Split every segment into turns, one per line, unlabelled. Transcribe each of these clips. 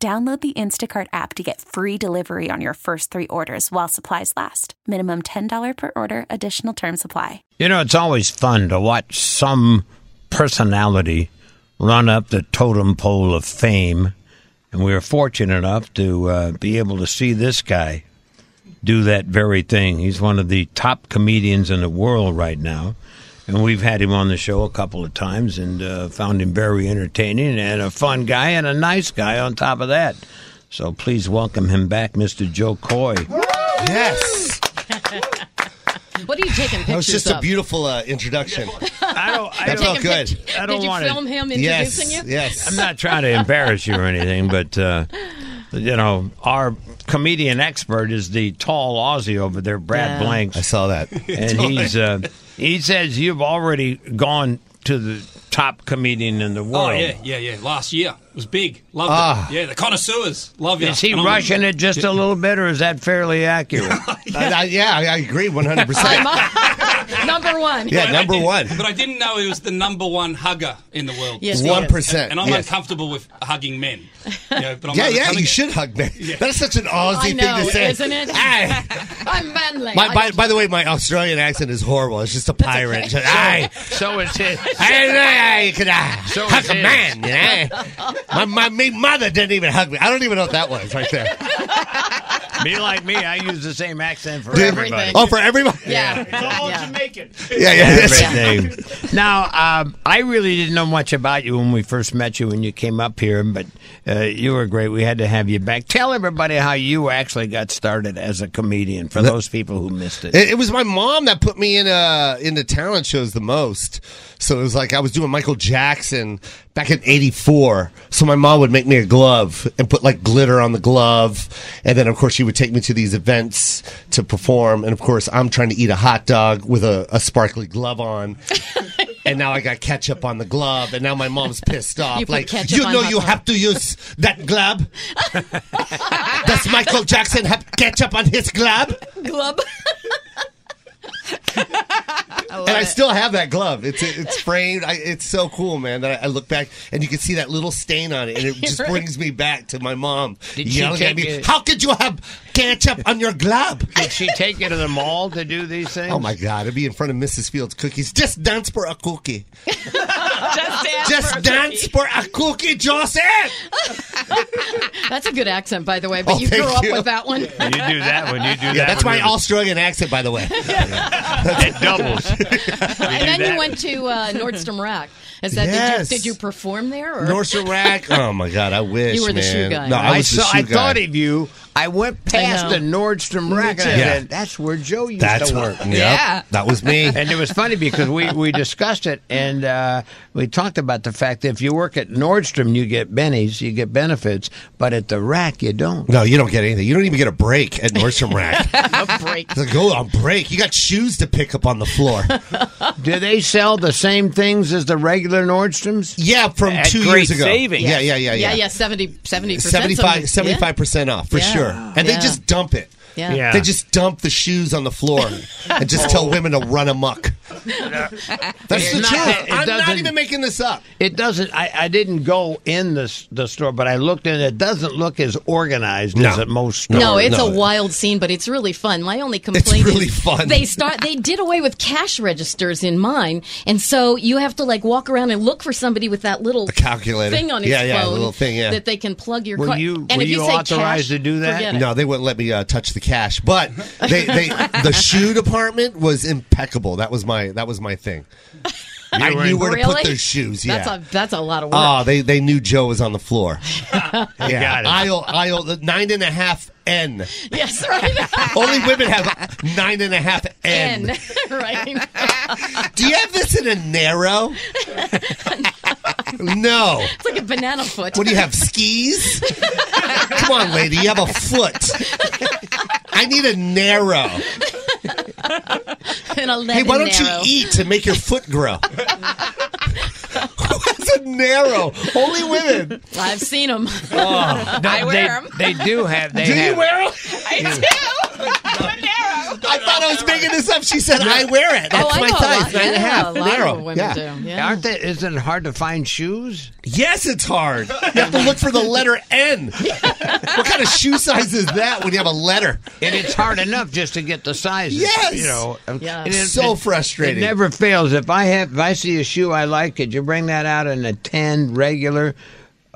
Download the Instacart app to get free delivery on your first three orders while supplies last. Minimum $10 per order, additional term supply.
You know, it's always fun to watch some personality run up the totem pole of fame. And we were fortunate enough to uh, be able to see this guy do that very thing. He's one of the top comedians in the world right now. And we've had him on the show a couple of times and uh, found him very entertaining and a fun guy and a nice guy on top of that. So please welcome him back, Mr. Joe Coy.
Yes.
What are you taking pictures
That was just
of?
a beautiful uh, introduction.
I don't, I
That
don't-
felt good.
I don't
Did you
want to-
film him introducing
Yes.
you?
Yes.
I'm not trying to embarrass you or anything, but uh, you know, our comedian expert is the tall Aussie over there, Brad
Yeah.
I
Blanks,
saw that.
and he's uh, he says you've already gone to the top comedian in the world.
Oh yeah, yeah, yeah. Last year it was big. Loved
Ah.
it. Yeah, the connoisseurs love you.
Is he
And I'm-
rushing it just a little bit, or is that fairly accurate?
I- I- yeah, I, I agree 100%.
I'm number one.
Yeah,
I
number
didn't-
one.
But I didn't know he was the number one hugger in the world.
Yes, he is.
1%.
And I'm
yes.
uncomfortable with hugging men. You know, but I'm
Yeah, yeah,
overcoming
you
it.
should hug me. That's such an Aussie
I
thing
know,
to say.
isn't it?
Aye.
I'm manly.
My, by,
I-
by the way, my Australian accent is horrible. It's just a pirate. Just, Aye.
so it's his.
I, I, I could I
So
uh, hug
it
a
is.
man. You know? my, my me mother didn't even hug me. I don't even know what that was right there.
Be like me, I use the same accent for
Did-
everybody.
Oh, for everybody.
yeah. Yeah.
yeah, yeah. yeah.
Everything. now, um, I really didn't know much about you when we first met you when you came up here, but uh, you were great. We had to have you back. Tell everybody how you actually got started as a comedian for those people who missed it.
It, it was my mom that put me in uh in the talent shows the most. So it was like I was doing Michael Jackson back in '84. So my mom would make me a glove and put like glitter on the glove, and then of course she would take me to these events to perform. And of course I'm trying to eat a hot dog with a, a sparkly glove on. And now I got ketchup on the glove, and now my mom's pissed off.
You put
like
ketchup
you
on
know,
hot
you
dog."
have to use that glove. Does Michael Jackson have ketchup on his glove?
Glove.
and I still have that glove. It's it's framed. I, it's so cool, man. That I, I look back and you can see that little stain on it, and it just
Right.
brings me back to my mom
Did she
yelling at
take
me,
it-
"How could you have ketchup on your glove?"
Did she take you to the mall to do these things?
Oh my God! I'd be in front of Mrs. Fields' cookies. Just dance for a cookie.
Just dance.
Just
for a
dance
cookie.
for a cookie, Joseph.
That's a good accent, by the way. But
Oh,
you grew
thank
up
you.
with that one.
You do that when you do that.
Yeah, that's
when
my
you're-
Australian accent, by the way.
It doubles.
and then
that.
you went to uh, Nordstrom Rack. Is that
Yes.
did, you, did you perform there? Or?
North Iraq. Oh my God! I wish
You were the shoe
man.
guy.
No, I
I,
was the
saw,
shoe
I
guy.
thought of you. I went past
know.
the Nordstrom rack. And I
too. Yeah.
said, that's where Joe used
That's
to
what.
work.
Yep,
Yeah.
that was me.
And it was funny because we, we discussed it and uh, we talked about the fact that if you work at Nordstrom, you get bennies, you get benefits, but at the rack, you don't.
No, you don't get anything. You don't even get a break at Nordstrom Rack.
A break.
It's like, go on break. You got shoes to pick up on the floor.
Do they sell the same things as the regular Nordstroms?
yeah, from
At
two
great
years ago.
savings.
Yeah, yeah, yeah,
Yeah,
yeah.
yeah, 70 70
75 percent off for
Yeah.
sure. And they
Yeah.
just dump it.
Yeah.
Yeah.
They just dump the shoes on the floor and just tell women to run amok. That's
It's
the
not
truth.
that- it
I'm not
doesn't-
even making this up.
It doesn't. I, I didn't go in the s- the store, but I looked in. It doesn't look as organized
No.
as at most stores.
No, it's
no.
a wild scene, but it's really fun. My only complaint
really
is
fun.
they start they did away with cash registers in mine, and so you have to like walk around and look for somebody with that little
A calculator.
thing on his
Yeah, yeah, the
phone
little thing, yeah.
that they can plug your
Were
card.
you-
and
were
if you,
you
say
authorized
cash,
to do that?
forget it.
No, they wouldn't let me uh, touch the cash. But they, they the shoe department was impeccable. That was my that was my thing. I
were
knew
in-
where to
Really?
put those shoes. Yeah.
That's a that's a lot of work.
Oh, they they knew Joe was on the floor. yeah,
got it.
aisle aisle the nine and a half N.
yes, right.
Only women have nine and a half N.
N, right.
Do you have this in a narrow? no.
It's like a banana foot.
What do you have? Skis? Come on, lady, you have a foot. I need a narrow.
An 11
Hey, why don't
narrow.
you eat to make your foot grow? Who has a narrow? Only women.
I've seen them.
Oh,
No,
I
they,
wear 'em.
They do have. They
Do you
have-
wear them?
I do.
I thought I was making this up. She said, I wear it. That's
oh, I
my
know a
size,
lot,
nine and a
yeah,
half.
lot of
narrow.
women
yeah.
do. Yeah.
Aren't they? Isn't it hard to find shoes?
Yes, it's hard. You have to look for the letter N. what kind of shoe size is that when you have a letter?
And it's hard enough just to get the sizes.
Yes.
You know. um,
Yeah.
and it-
So
it-
frustrating.
It never fails. If I have, if I see a shoe I like, could you bring that out in a ten regular?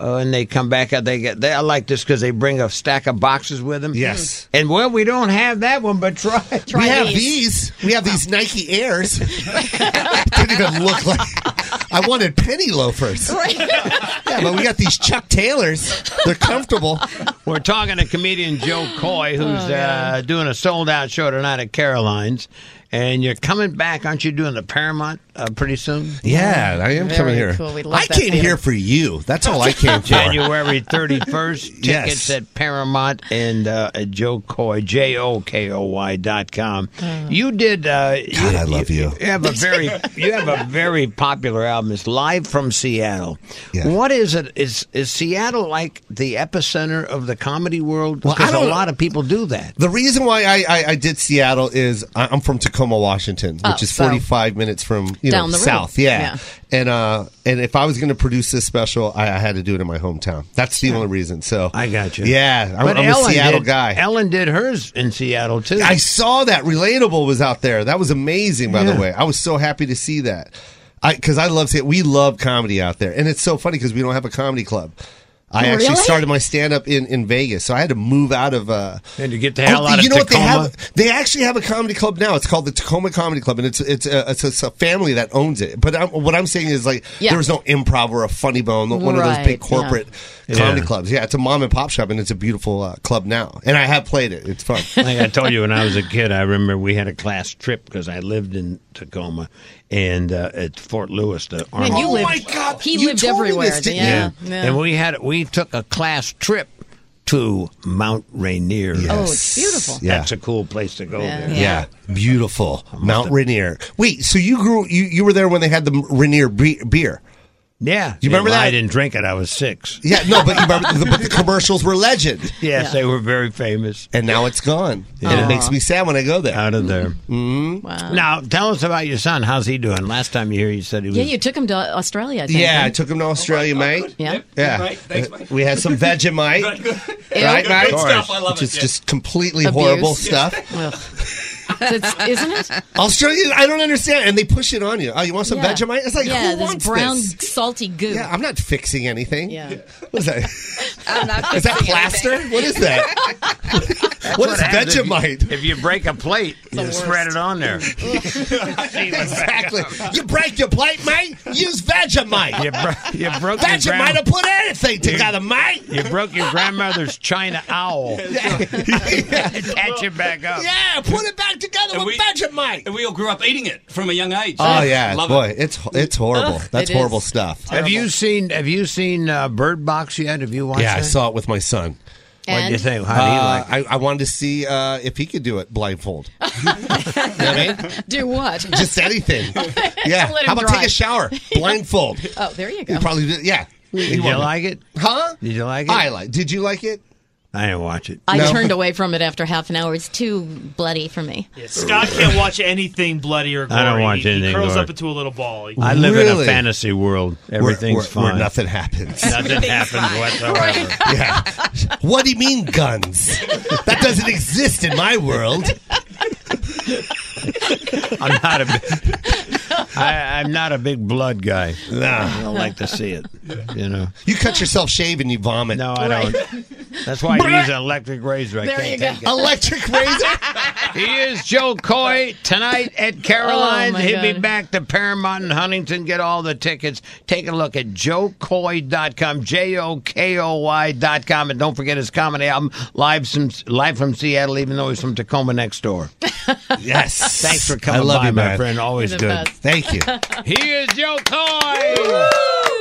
Uh, and they come back out. They get. They, I like this because they bring a stack of boxes with them.
Yes.
And well, we don't have that one, but try. it.
Hmm. Try
we have
these.
these. We have these Nike Airs. Didn't even look like. I wanted penny loafers. Yeah, but we got these Chuck Taylors. They're comfortable.
We're talking to comedian Joe Coy, who's
Oh,
uh, doing a sold out show tonight at Caroline's. And you're coming back, aren't you? Doing the Paramount uh, pretty soon,
Yeah, I am
Very
coming here.
cool. We love
I
that
came
theater.
here for you. That's all I came for.
January 31st. Tickets
Yes.
at Paramount and uh, at Joe Coy, J O K O Y dot com. You did. Uh,
God, I love you.
You have a very you have a very popular album. It's live from Seattle.
Yeah.
What is it? Is is Seattle like the epicenter of the comedy world?
Well, I
Because a
don't-
lot of people do that.
The reason why I, I, I did Seattle is I- I'm from Tacoma, Washington, which
Oh,
is
so-
45 minutes from you
Down
know
the road.
south. Yeah.
Yeah.
and uh, and if I was going to produce this special, I, I had to do it in my hometown. That's the only reason. So
I got you.
Yeah, I'm, I'm a
Ellen
Seattle
did-
guy.
Ellen did hers in Seattle too.
I saw that relatable was out there. That was amazing, by
Yeah.
the way. I was so happy to see that. I because I love it. We love comedy out there, and it's so funny because we don't have a comedy club. I actually
Oh, Really?
started my stand up in, in Vegas, so I had to move out of. Uh,
And to get the hell out
you
of
know what they
Tacoma?
have? They actually have a comedy club now. It's called the Tacoma Comedy Club, and it's it's a, it's a, it's a family that owns it. But I'm, what I'm saying is like
Yeah.
there was no improv or a funny bone, one of those
Right,
big
yeah.
corporate comedy
Yeah.
clubs. Yeah, it's a mom and pop shop, and it's a beautiful uh, club now. And I have played it. It's fun.
like I told you when I was a kid, I remember we had a class trip because I lived in Tacoma and uh, at Fort Lewis, the Army.
Man, you
Oh
lived,
my God,
He
you
lived
told me
everywhere.
this, didn't you?
yeah. yeah.
And we had we took a class trip to Mount Rainier.
oh, it's beautiful.
Yeah.
That's a cool place to go.
Yeah.
There.
Yeah, beautiful Mount Rainier. Wait, so you grew you, you were there when they had the Rainier be- beer?
yeah.
You remember
Yeah, well, I
that?
didn't drink it. I was six.
Yeah, no, but you remember the, but the commercials were legend,
Yes,
Yeah.
they were very famous
and now it's gone, and it makes me sad when I go
Uh,
there.
out of there.
Wow.
Now tell us about your son. How's he doing? Last time you here, you said he was.
Yeah, you took him to Australia. I think.
yeah, I
right?
took him to Australia, mate.
Yeah.
Yep.
Yeah. Uh,
Mate, thanks, mate.
We had some Vegemite,
Right, good.
right,
Good
mate?
stuff, I love
Which
it,
is
yeah.
just completely
Abuse.
horrible stuff.
Ugh. It's- isn't it?
Australia, I don't understand, and they push it on you. Oh, you want some
Yeah.
Vegemite? It's like
yeah,
who
this
wants
brown
this?
salty goo.
Yeah, I'm not fixing anything.
Yeah.
What is that?
I'm not
Is that plaster? What is that? what is
happens if you-
Vegemite?
If you break a plate, you spread it on there.
Exactly. You break your plate, mate. Use Vegemite.
You, bro- you broke your
Vegemite
grandma-
will put anything together, mate.
You broke your grandmother's china owl.
yeah,
Attach it back up.
Yeah, put it back together
And
with
we-
Vegemite.
And we all grew up eating it from a young age.
Oh yeah,
Love
boy,
it.
it's it's horrible.
Ugh,
That's
it is.
horrible stuff.
Have you seen Have you seen uh, Bird Box yet? Have you watched?
Yeah, I
that?
saw it with my son.
What do you
And-
think? How do you
Uh,
like? it?
I, I wanted to see uh, if he could do it blindfold. you know what I mean?
Do what?
Just anything. Yeah.
Let him
How about
drive.
take a shower blindfold?
oh, there you
You
go.
probably did. Yeah.
Did you like it?
Huh?
Did you like it?
I like. Did you like it?
I didn't watch it.
I
No.
turned away from it after half an hour. It's too bloody for me.
Scott can't watch anything bloody or gory.
I don't watch
He-
anything
He curls
gory.
up into a little ball. He-
I live in a
Really?
fantasy world.
Where-
Everything's
where,
fine.
Where nothing happens.
Nothing happens whatsoever.
Yeah. What do you mean guns? That doesn't exist in my world.
I'm not a. Big, I, I'm not a big blood guy.
Nah.
I don't like to see it. You know.
You cut yourself shave and you vomit.
No, I don't. That's why he needs an electric razor. I
There
can't
you go.
take
Electric razor.
it. He is Joe Coy tonight at Caroline's.
Oh, my
He'll be
God.
back to Paramount in Huntington. Get all the tickets. Take a look at joecoy.com, J O K O Y.com. And don't forget his comedy album, Live from, Live from Seattle, even though he's from Tacoma next door.
yes.
Thanks for coming
I love
by,
you,
my
man.
friend. Always
You're the
good.
best.
Thank you.
He is Joe Coy.